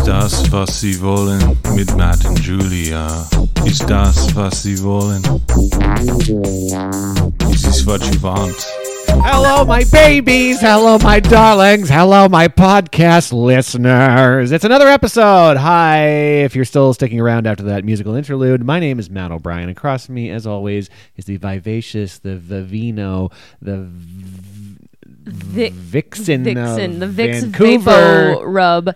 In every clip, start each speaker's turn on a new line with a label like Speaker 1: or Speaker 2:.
Speaker 1: was sie wollen mit Matt und Julia. Ist das, was sie wollen? Is this what you want?
Speaker 2: Hello, my babies. Hello, my darlings. Hello, my podcast listeners. It's another episode. Hi, if you're still sticking around after that musical interlude, my name is Matt O'Brien. Across from me, as always, is the vivacious, the vivino, the
Speaker 3: Vic,
Speaker 2: vixen,
Speaker 3: Vixen,
Speaker 2: of
Speaker 3: the Vix
Speaker 2: uh, Vancouver.
Speaker 3: Vapo Rub,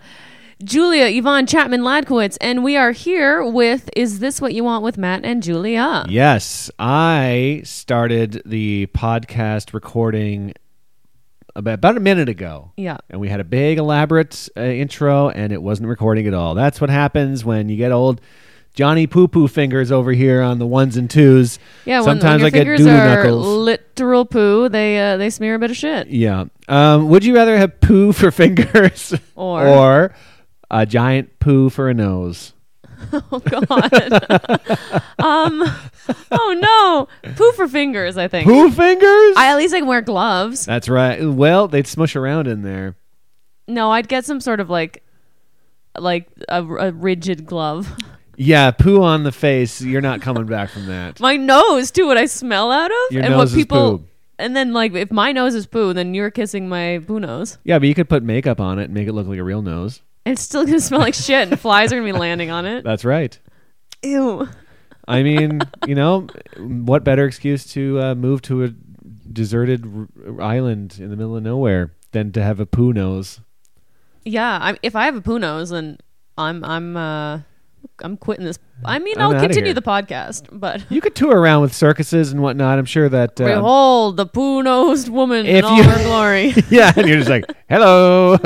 Speaker 3: Julia Yvonne Chapman Ladkowitz, and we are here with "Is This What You Want" with Matt and Julia.
Speaker 2: Yes, I started the podcast recording about, about a minute ago.
Speaker 3: Yeah.
Speaker 2: And we had a big, elaborate uh, intro, and it wasn't recording at all. That's what happens when you get old. Johnny Poo Poo fingers over here on the ones and twos.
Speaker 3: Yeah, when-
Speaker 2: sometimes
Speaker 3: when,
Speaker 2: I get
Speaker 3: your
Speaker 2: doodoo
Speaker 3: fingers are
Speaker 2: knuckles.
Speaker 3: literal poo, they uh, they smear a bit of shit.
Speaker 2: yeah. Um, would you rather have poo for fingers
Speaker 3: Or-
Speaker 2: or a giant poo for a nose?
Speaker 3: Oh God. um. Oh no, poo for fingers. I think.
Speaker 2: Poo fingers?
Speaker 3: I at least I can wear gloves.
Speaker 2: That's right. Well, they'd smush around in there.
Speaker 3: No, I'd get some sort of like, like a, a rigid glove.
Speaker 2: Yeah, poo on the face. You're not coming back from that.
Speaker 3: my nose too what i smell out of
Speaker 2: Your
Speaker 3: and
Speaker 2: nose
Speaker 3: what
Speaker 2: is
Speaker 3: people
Speaker 2: poo.
Speaker 3: and then like if my nose is poo then you're kissing my poo nose
Speaker 2: Yeah, but you could put makeup on it and make it look like a real nose.
Speaker 3: it's still gonna smell like shit and flies are gonna be landing on it
Speaker 2: That's right.
Speaker 3: ew
Speaker 2: I mean, you know, what better excuse to uh, move to a deserted r- island in the middle of nowhere than to have a poo nose?
Speaker 3: yeah I, if i have a poo nose then i'm i'm uh i'm quitting this i mean
Speaker 2: I'm
Speaker 3: i will
Speaker 2: outta
Speaker 3: continue
Speaker 2: here.
Speaker 3: the podcast but
Speaker 2: You could tour around with circuses and whatnot. I'm sure that. Uh,
Speaker 3: behold the poo nosed woman
Speaker 2: If
Speaker 3: in all
Speaker 2: you-
Speaker 3: her glory
Speaker 2: yeah, and you're just like, hello.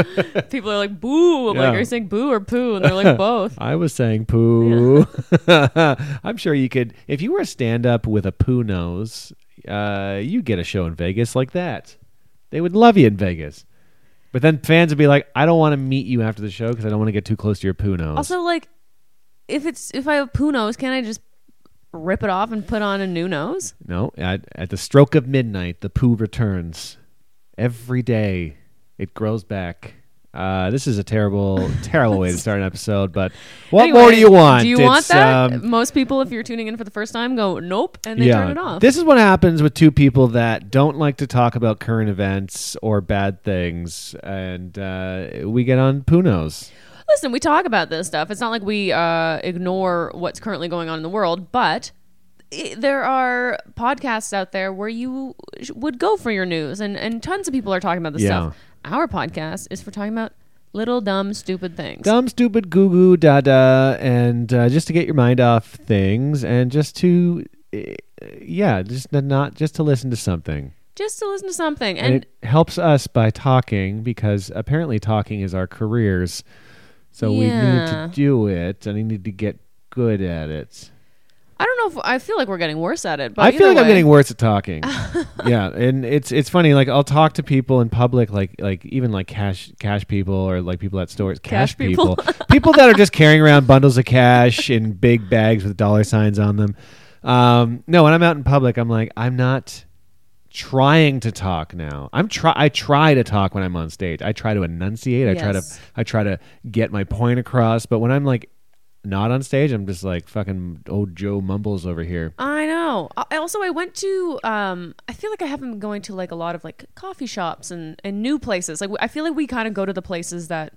Speaker 3: people are like boo I'm
Speaker 2: Yeah.
Speaker 3: like are you saying boo or poo and they're like both
Speaker 2: I was saying poo. I'm sure you could, if you were a stand up with a poo nose, uh, you'd get a show in Vegas like that. They would love you in Vegas. But then fans would be like, I don't want to meet you after the show because I don't want to get too close to your poo nose.
Speaker 3: also like if it's if i have poo nose can i just rip it off and put on a new nose
Speaker 2: no, at, at the stroke of midnight, the poo returns. Every day, it grows back. Uh, this is a terrible, terrible way to start an episode, but what
Speaker 3: Anyway,
Speaker 2: more do you want?
Speaker 3: Do you
Speaker 2: It's,
Speaker 3: want that?
Speaker 2: um,
Speaker 3: Most people, if you're tuning in for the first time, go nope, and they turn it off.
Speaker 2: This is what happens with two people that don't like to talk about current events or bad things, and uh, we get on punos.
Speaker 3: Listen, we talk about this stuff. It's not like we uh, ignore what's currently going on in the world, but i there are podcasts out there where you sh- would go for your news, and and tons of people are talking about this
Speaker 2: Yeah.
Speaker 3: stuff. Our podcast is for talking about little dumb stupid things.
Speaker 2: Dumb, stupid, goo goo, da da, and uh, just to get your mind off things, and just to, uh, yeah, just to not just to listen to something,
Speaker 3: Just to listen to something,
Speaker 2: and,
Speaker 3: and
Speaker 2: it helps us by talking because apparently talking is our careers, so we
Speaker 3: Yeah.
Speaker 2: need to do it, and we need to get good at it.
Speaker 3: I don't know if I feel like we're getting worse at it. But
Speaker 2: I feel
Speaker 3: either
Speaker 2: like I'm
Speaker 3: way-
Speaker 2: getting worse at talking. yeah, and it's it's funny. Like I'll talk to people in public, like like even like cash cash people or like people at stores, cash,
Speaker 3: Cash people.
Speaker 2: people that are just carrying around bundles of cash in big bags with dollar signs on them. Um, no, when I'm out in public, I'm like I'm not trying to talk now. I'm try I try to talk when I'm on stage. I try to enunciate. I try to
Speaker 3: Yes.
Speaker 2: I try to get my point across. But when I'm like not on stage, I'm just like fucking old Joe mumbles over here.
Speaker 3: I know. I I also I went to um I feel like I haven't been going to like a lot of like coffee shops and and new places. Like I feel like we kind of go to the places that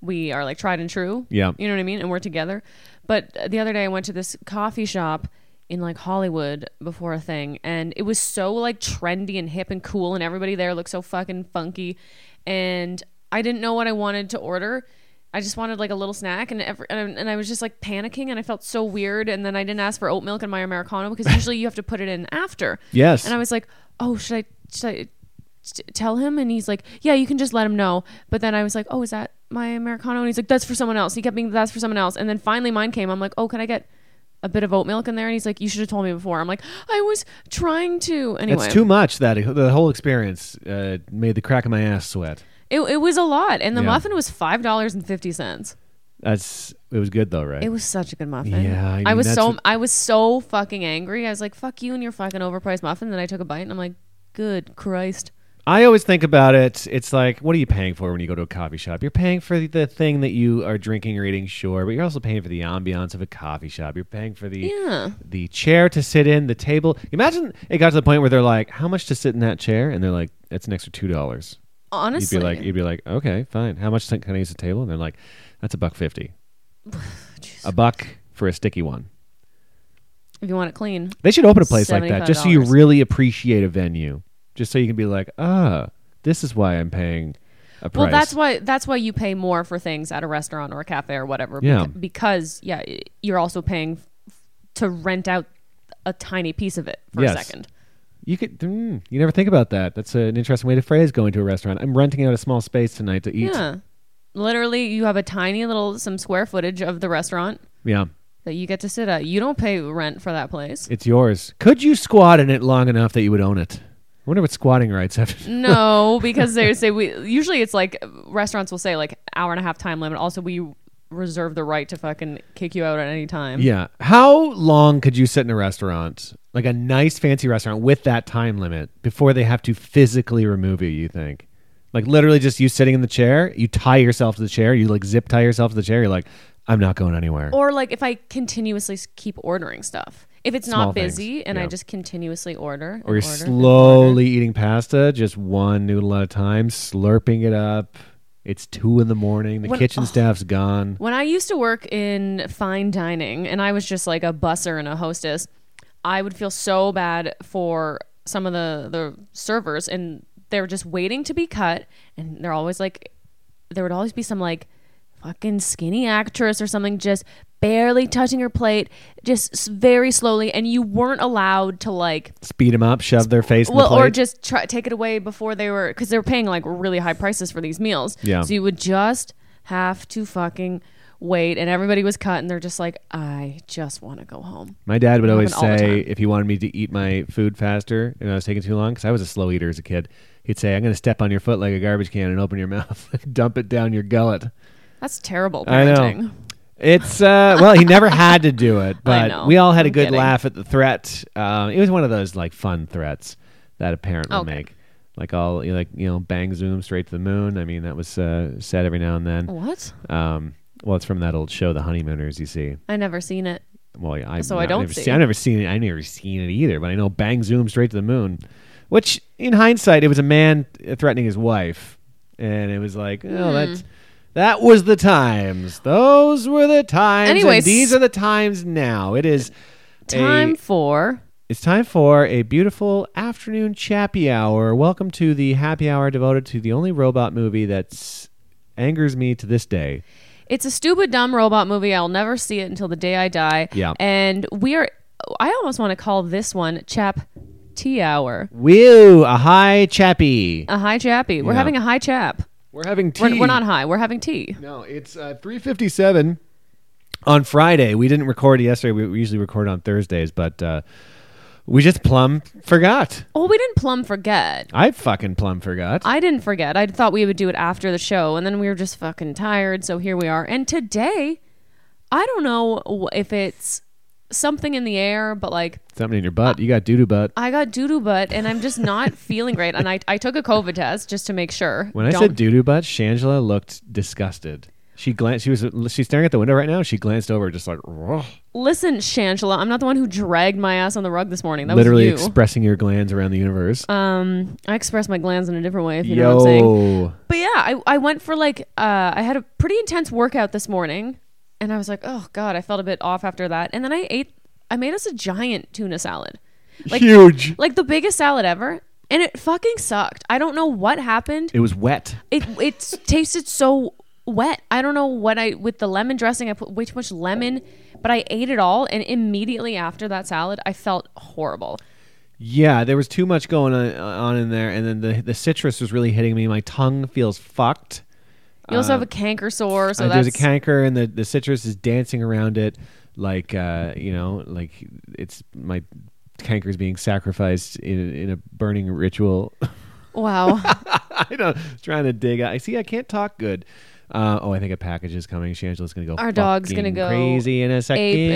Speaker 3: we are like tried and true.
Speaker 2: Yeah.
Speaker 3: You know what I mean? And we're together. But uh, the other day I went to this coffee shop in like Hollywood before a thing and it was so like trendy and hip and cool and everybody there looked so fucking funky and I didn't know what I wanted to order. I just wanted like a little snack and every, and, and I was just like panicking and I felt so weird and then I didn't ask for oat milk in my americano because usually you have to put it in after.
Speaker 2: Yes.
Speaker 3: And I was like, "Oh, should I should I t- tell him?" And he's like, "Yeah, you can just let him know." But then I was like, "Oh, is that my americano?" And he's like, "That's for someone else." He kept being, "That's for someone else." And then finally mine came. I'm like, "Oh, can I get a bit of oat milk in there?" And he's like, "You should have told me before." I'm like, "I was trying to." Anyway,
Speaker 2: It's too much that the whole experience uh, made the crack of my ass sweat.
Speaker 3: it it was a lot, and the
Speaker 2: Yeah.
Speaker 3: muffin was five dollars and fifty cents.
Speaker 2: That's it was good though, right?
Speaker 3: It was such a good muffin.
Speaker 2: Yeah, I
Speaker 3: I,
Speaker 2: mean,
Speaker 3: was
Speaker 2: that's
Speaker 3: so
Speaker 2: what-
Speaker 3: I was so fucking angry. I was like, "Fuck you and your fucking overpriced muffin." Then I took a bite and I'm like, "Good Christ!"
Speaker 2: I always think about it. It's like, what are you paying for when you go to a coffee shop? You're paying for the thing that you are drinking or eating, sure, but you're also paying for the ambiance of a coffee shop. You're paying for the
Speaker 3: Yeah.
Speaker 2: the chair to sit in, the table. Imagine it got to the point where they're like, "How much to sit in that chair?" And they're like, "It's an extra two dollars." You'd
Speaker 3: Honestly,
Speaker 2: be like, "You'd be like, okay, fine. How much can I use the table?" And they're like, "That's a buck fifty. a buck for a sticky one."
Speaker 3: if you want it clean,
Speaker 2: They should open a place like that just so you
Speaker 3: $75.
Speaker 2: really appreciate a venue. Just so you can be like, ah, this is why I'm paying a price.
Speaker 3: Well, that's why that's why you pay more for things at a restaurant or a cafe or whatever.
Speaker 2: Yeah.
Speaker 3: beca- Because yeah, i- you're also paying f- to rent out a tiny piece of it for
Speaker 2: Yes.
Speaker 3: a second.
Speaker 2: you could. Mm, you never think about that. That's an interesting way to phrase going to a restaurant. I'm renting out a small space tonight to eat.
Speaker 3: Yeah. Literally, you have a tiny little some square footage of the restaurant
Speaker 2: Yeah.
Speaker 3: that you get to sit at. You don't pay rent for that place.
Speaker 2: it's yours. Could you squat in it long enough that you would own it? I wonder what squatting rights have.
Speaker 3: no, because they say we usually it's like restaurants will say like hour and a half time limit. Also, we reserve the right to fucking kick you out at any time.
Speaker 2: yeah. How long could you sit in a restaurant, like a nice fancy restaurant, with that time limit before they have to physically remove you? You think, like literally, just you sitting in the chair, you tie yourself to the chair, you like zip tie yourself to the chair. You're like, I'm not going anywhere.
Speaker 3: or like if I continuously s- keep ordering stuff. If it's
Speaker 2: Small
Speaker 3: not
Speaker 2: things,
Speaker 3: busy and
Speaker 2: yeah.
Speaker 3: I just continuously order, and
Speaker 2: or you're
Speaker 3: order and
Speaker 2: slowly eating pasta, just one noodle at a time, slurping it up. It's two in the morning. The
Speaker 3: When-
Speaker 2: kitchen
Speaker 3: oh.
Speaker 2: staff's gone.
Speaker 3: When I used to work in fine dining and I was just like a busser and a hostess, I would feel so bad for some of the, the servers and they're just waiting to be cut and they're always like there would always be some like fucking skinny actress or something just barely touching her plate just s- very slowly and you weren't allowed to like
Speaker 2: Speed them up, shove their face in
Speaker 3: well
Speaker 2: the plate.
Speaker 3: or just try, take it away before they were because they were paying like really high prices for these meals
Speaker 2: Yeah.
Speaker 3: so you would just have to fucking wait and everybody was cut and they're just like i just want to go home
Speaker 2: My dad would always
Speaker 3: Happened all the
Speaker 2: say
Speaker 3: time.
Speaker 2: if he wanted me to eat my food faster and I was taking too long because I was a slow eater as a kid. He'd say, "I'm going to step on your foot like a garbage can and open your mouth, dump it down your gullet."
Speaker 3: that's terrible
Speaker 2: I
Speaker 3: parenting
Speaker 2: know. It's uh, well, he never had to do it,
Speaker 3: I
Speaker 2: but
Speaker 3: know.
Speaker 2: we all had a
Speaker 3: I'm
Speaker 2: good
Speaker 3: kidding.
Speaker 2: laugh at the threat. Um, it was one of those like fun threats that a parent would
Speaker 3: Okay.
Speaker 2: make, like all you know, like you know, bang zoom straight to the moon. I mean, that was uh, said every now and then.
Speaker 3: what
Speaker 2: Um, well, it's from that old show, The Honeymooners. You see,
Speaker 3: i never seen it
Speaker 2: well, yeah, I,
Speaker 3: So
Speaker 2: no,
Speaker 3: I don't
Speaker 2: never
Speaker 3: see.
Speaker 2: I've never seen it. I've never seen it either. But I know bang zoom straight to the moon, which in hindsight it was a man threatening his wife, and it was like, oh,
Speaker 3: Hmm.
Speaker 2: that's that was the times. Those were the times. and
Speaker 3: Anyways.
Speaker 2: these are the times now. It is a-
Speaker 3: time for
Speaker 2: it's time for a beautiful afternoon chappy hour. Welcome to the happy hour devoted to the only robot movie that's angers me to this day.
Speaker 3: it's a stupid dumb robot movie i'll never see it until the day i die
Speaker 2: Yeah.
Speaker 3: and we are i almost want to call this one chap tea hour
Speaker 2: Woo, a high chappy.
Speaker 3: a high chappy we're
Speaker 2: Yeah.
Speaker 3: having a high chap
Speaker 2: we're having tea.
Speaker 3: we're, we're not high we're having tea
Speaker 2: No, it's uh, three fifty seven on Friday. We didn't record yesterday. We we usually record on Thursdays, but uh, we just plumb forgot.
Speaker 3: Well, we didn't plumb forget.
Speaker 2: I fucking plumb forgot.
Speaker 3: I didn't forget. I thought we would do it after the show, and then we were just fucking tired, so here we are. And today, I don't know wh- if it's something in the air, but like
Speaker 2: Something in your butt. You got doo doo butt.
Speaker 3: I got doo doo butt, and I'm just not feeling great. And I, I took a COVID test just to make sure.
Speaker 2: When I
Speaker 3: Don't-
Speaker 2: said doo doo butt, Shangela looked disgusted. She glanced. She was. She's staring at the window right now. She glanced over, just like "Ugh,"
Speaker 3: listen, Shangela, I'm not the one who dragged my ass on the rug this morning. That
Speaker 2: literally
Speaker 3: was you.
Speaker 2: expressing your glands around the universe.
Speaker 3: um, I express my glands in a different way, if you know what I'm saying.
Speaker 2: Yo,
Speaker 3: But yeah, I, I went for like uh, I had a pretty intense workout this morning, and I was like, oh god, I felt a bit off after that. And then I ate, I made us a giant tuna salad, like
Speaker 2: huge.
Speaker 3: like the biggest salad ever, and it fucking sucked. I don't know what happened.
Speaker 2: It was wet.
Speaker 3: It it tasted so wet. I don't know what I with the lemon dressing. I put way too much lemon, but I ate it all, and immediately after that salad, I felt horrible.
Speaker 2: Yeah, there was too much going on, on in there, and then the the citrus was really hitting me. My tongue feels fucked.
Speaker 3: You also have a canker sore, so
Speaker 2: Uh,
Speaker 3: that's
Speaker 2: there's a canker, and the, the citrus is dancing around it, like uh, you know, like it's my canker is being sacrificed in in a burning ritual.
Speaker 3: wow.
Speaker 2: I know, trying to dig. out. I see. I can't talk good. Uh, oh, I think a package is coming. Shangela's gonna go.
Speaker 3: Our dog's gonna
Speaker 2: fucking
Speaker 3: go
Speaker 2: crazy in a second.
Speaker 3: ape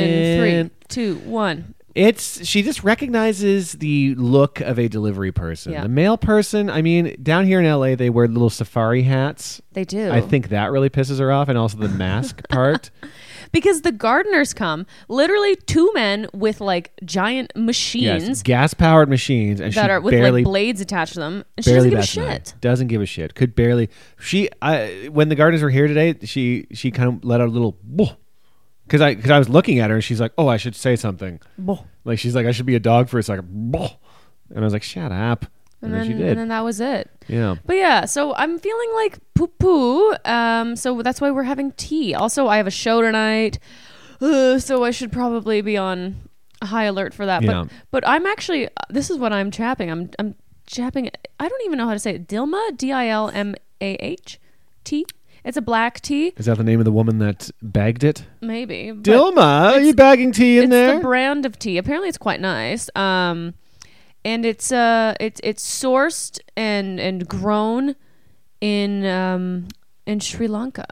Speaker 3: in three, two, one.
Speaker 2: It's she just recognizes the look of a delivery person.
Speaker 3: Yeah.
Speaker 2: The male person, I mean, down here in LA they wear little safari hats.
Speaker 3: They do.
Speaker 2: I think that really pisses her off and also the mask part.
Speaker 3: because the gardeners come, literally two men with like giant
Speaker 2: yes,
Speaker 3: machines
Speaker 2: gas powered machines and
Speaker 3: that
Speaker 2: she
Speaker 3: are with
Speaker 2: barely
Speaker 3: like blades attached to them, and she
Speaker 2: barely
Speaker 3: doesn't give a
Speaker 2: bats an eye.
Speaker 3: shit.
Speaker 2: Doesn't give a shit. Could barely she I when the gardeners were here today, she she kind of let out a little cuz I cuz I was looking at her and she's like, "Oh, I should say something." Like she's like, "I should be a dog for a second. Boh. And I was like, "Shut up." And,
Speaker 3: And
Speaker 2: then,
Speaker 3: then,
Speaker 2: she did.
Speaker 3: and then that was it.
Speaker 2: yeah.
Speaker 3: But yeah, so I'm feeling like poo poo. Um, so that's why we're having tea. Also, I have a show tonight, uh, so I should probably be on high alert for that.
Speaker 2: Yeah.
Speaker 3: But but I'm actually uh, this is what I'm chapping. I'm I'm chapping. I don't even know how to say it. Dilma D I L M A H T. It's a black tea,
Speaker 2: Is that the name of the woman that bagged it?
Speaker 3: maybe. but
Speaker 2: Dilma, are you bagging tea in
Speaker 3: it's
Speaker 2: there?
Speaker 3: the brand of tea. Apparently, it's quite nice. Um, and it's uh, it's it's sourced and and grown in um in Sri Lanka.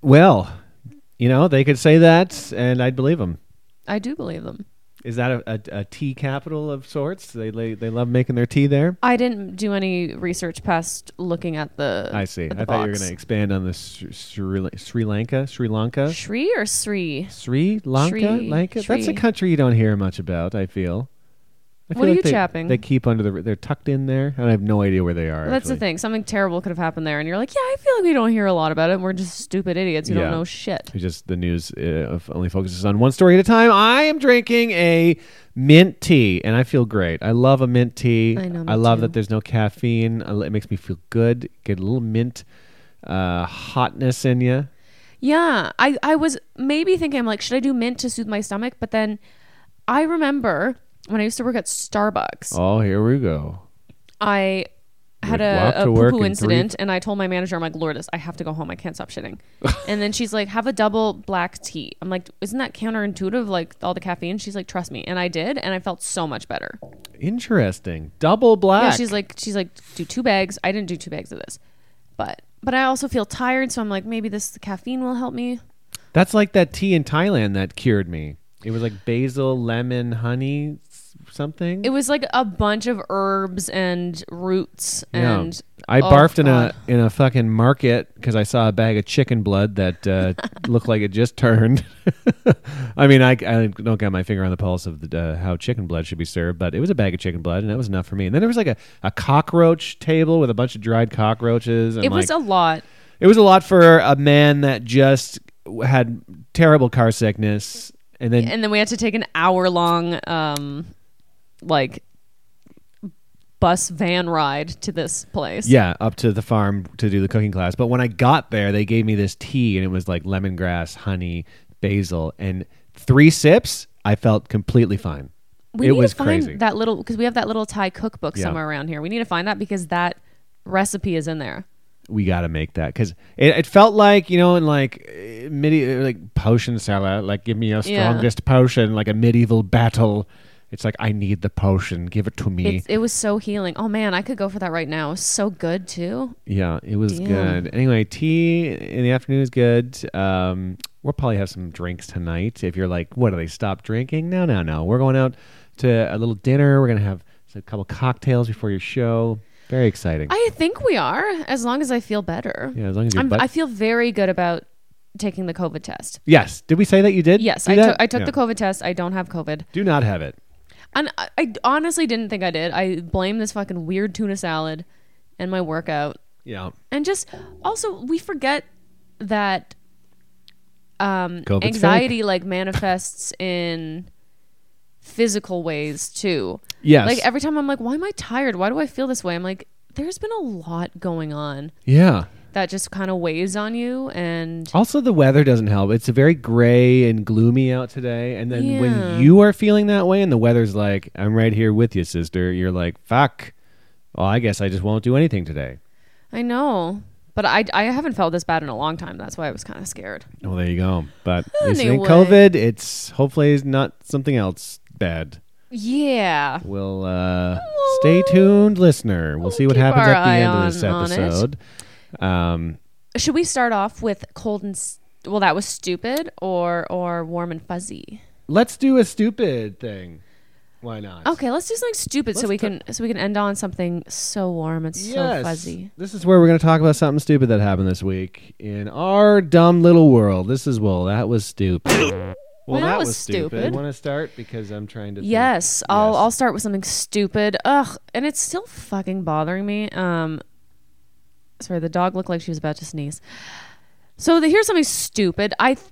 Speaker 2: well, you know, they could say that and I'd believe them.
Speaker 3: I do believe them.
Speaker 2: Is that a, a, a tea capital of sorts? They, they they love making their tea there.
Speaker 3: I didn't do any research past looking at the.
Speaker 2: I see.
Speaker 3: at the
Speaker 2: I thought you were
Speaker 3: box.
Speaker 2: going to expand on the Sri, Sri, Sri Lanka, Sri Lanka,
Speaker 3: Sri or Sri.
Speaker 2: Sri Lanka,
Speaker 3: Sri-
Speaker 2: Lanka. That's a
Speaker 3: Sri.
Speaker 2: country you don't hear much about. I feel. I
Speaker 3: What are you
Speaker 2: they,
Speaker 3: chapping?
Speaker 2: They keep under the. They're tucked in there, and I have no idea where they are.
Speaker 3: That's the
Speaker 2: actually.
Speaker 3: thing. Something terrible could have happened there, and you're like, "Yeah, I feel like we don't hear a lot about it. and We're just stupid idiots who
Speaker 2: Yeah.
Speaker 3: don't know shit."
Speaker 2: It's just the news uh, of- only focuses on one story at a time. I am drinking a mint tea, and I feel great. I love a mint tea.
Speaker 3: I know, me
Speaker 2: I love
Speaker 3: too.
Speaker 2: that there's no caffeine. I- It makes me feel good. Get a little mint uh, hotness in you.
Speaker 3: Yeah, I I was maybe thinking I'm like, should I do mint to soothe my stomach? But then I remember when I used to work at Starbucks,
Speaker 2: Oh, here we go.
Speaker 3: I had
Speaker 2: Would walk
Speaker 3: a, a
Speaker 2: to work
Speaker 3: poo-poo
Speaker 2: in
Speaker 3: incident, and I told my manager, I'm like, Lourdes, I have to go home. I can't stop shitting. and then she's like, have a double black tea. I'm like, isn't that counterintuitive? Like all the caffeine. She's like, trust me, and I did, and I felt so much better.
Speaker 2: Interesting. Double
Speaker 3: Yeah,
Speaker 2: black.
Speaker 3: she's like, she's like, do two bags. I didn't do two bags of this, but but I also feel tired, so I'm like, maybe this caffeine will help me.
Speaker 2: That's like that tea in Thailand that cured me. It was like basil, lemon, honey, s- something.
Speaker 3: It was like a bunch of herbs and roots
Speaker 2: Yeah.
Speaker 3: and
Speaker 2: I
Speaker 3: oh,
Speaker 2: barfed in
Speaker 3: God.
Speaker 2: a in a fucking market because I saw a bag of chicken blood that uh, looked like it just turned. I mean, I, I don't got my finger on the pulse of the, uh, how chicken blood should be served, but it was a bag of chicken blood, and that was enough for me. And then there was like a, a cockroach table with a bunch of dried cockroaches. And
Speaker 3: It was
Speaker 2: like-
Speaker 3: a lot.
Speaker 2: it was a lot for a man that just had terrible car sickness, and then
Speaker 3: And then we had to take an hour long um like bus van ride to this place.
Speaker 2: Yeah, up to the farm to do the cooking class. But when I got there, they gave me this tea and it was like lemongrass, honey, basil, and three sips, I felt completely fine.
Speaker 3: We
Speaker 2: it
Speaker 3: need
Speaker 2: was
Speaker 3: to find
Speaker 2: crazy.
Speaker 3: that little because we have that little Thai cookbook
Speaker 2: Yeah.
Speaker 3: somewhere around here. We need to find that because that recipe is in there.
Speaker 2: we got to make that because it, it felt like you know in like eh, midi- eh, like potion seller, like give me your
Speaker 3: Yeah.
Speaker 2: strongest potion, like a medieval battle. It's like I need the potion, give it to me.
Speaker 3: It's, it was so healing. Oh man, I could go for that right now. It's so good too.
Speaker 2: Yeah, it was
Speaker 3: Damn.
Speaker 2: good. Anyway, tea in the afternoon is good. Um, we'll probably have some drinks tonight. If you're like, what do they stop drinking? No, no, no. We're going out to a little dinner. We're gonna have a couple cocktails before your show. Very exciting.
Speaker 3: I think we are, as long as I feel better.
Speaker 2: yeah, as long as you're.
Speaker 3: I'm,
Speaker 2: butt-
Speaker 3: I feel very good about taking the COVID test.
Speaker 2: yes. Did we say that you did?
Speaker 3: Yes,
Speaker 2: do
Speaker 3: I,
Speaker 2: that?
Speaker 3: took I took
Speaker 2: Yeah.
Speaker 3: the COVID test. I don't have COVID.
Speaker 2: Do not have it.
Speaker 3: And I, I honestly didn't think I did. I blame this fucking weird tuna salad and my workout.
Speaker 2: Yeah.
Speaker 3: And just also, we forget that um,
Speaker 2: COVID's
Speaker 3: anxiety like manifests in physical ways too.
Speaker 2: Yes.
Speaker 3: Like every time I'm like, why am I tired? Why do I feel this way? I'm like, there's been a lot going on
Speaker 2: yeah.
Speaker 3: that just kind of weighs on you and
Speaker 2: Also, the weather doesn't help. It's very gray and gloomy out today. And then
Speaker 3: Yeah.
Speaker 2: when you are feeling that way and the weather's like, I'm right here with you, sister, you're like, fuck. Well, I guess I just won't do anything today.
Speaker 3: I know. But I, I haven't felt this bad in a long time. That's why I was kind of scared.
Speaker 2: Well, there you go. But this ain't
Speaker 3: Anyway.
Speaker 2: COVID. It's hopefully it's not something else bad.
Speaker 3: Yeah.
Speaker 2: We'll uh, stay tuned, listener. We'll see what
Speaker 3: keep
Speaker 2: happens
Speaker 3: our
Speaker 2: at the
Speaker 3: eye
Speaker 2: end of this
Speaker 3: on- on it.
Speaker 2: episode. Um,
Speaker 3: Should we start off with cold and s- well that was stupid or or warm and fuzzy?
Speaker 2: Let's do a stupid thing. Why not?
Speaker 3: Okay, let's do something stupid so
Speaker 2: Let's
Speaker 3: we
Speaker 2: ta-
Speaker 3: can so we can end on something so warm and so fuzzy.
Speaker 2: This is where we're going to talk about something stupid that happened this week in our dumb little world. This is well, that was stupid. Well,
Speaker 3: Well, that was stupid.
Speaker 2: You want to start because I'm trying to. think.
Speaker 3: Yes, I'll
Speaker 2: Yes.
Speaker 3: I'll start with something stupid. Ugh, and it's still fucking bothering me. Um, sorry, the dog looked like she was about to sneeze. So the, here's something stupid. I th-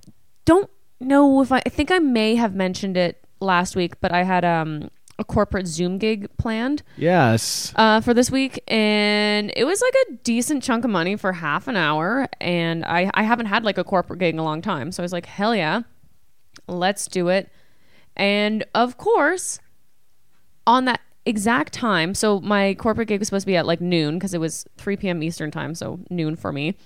Speaker 3: don't know if I, I think I may have mentioned it last week, but I had um a corporate Zoom gig planned
Speaker 2: Yes.
Speaker 3: uh, for this week, and it was like a decent chunk of money for half an hour. And I, I haven't had like a corporate gig in a long time, so I was like, hell yeah, let's do it. And of course, on that exact time, so my corporate gig was supposed to be at like noon because it was 3 p.m. Eastern time, so noon for me.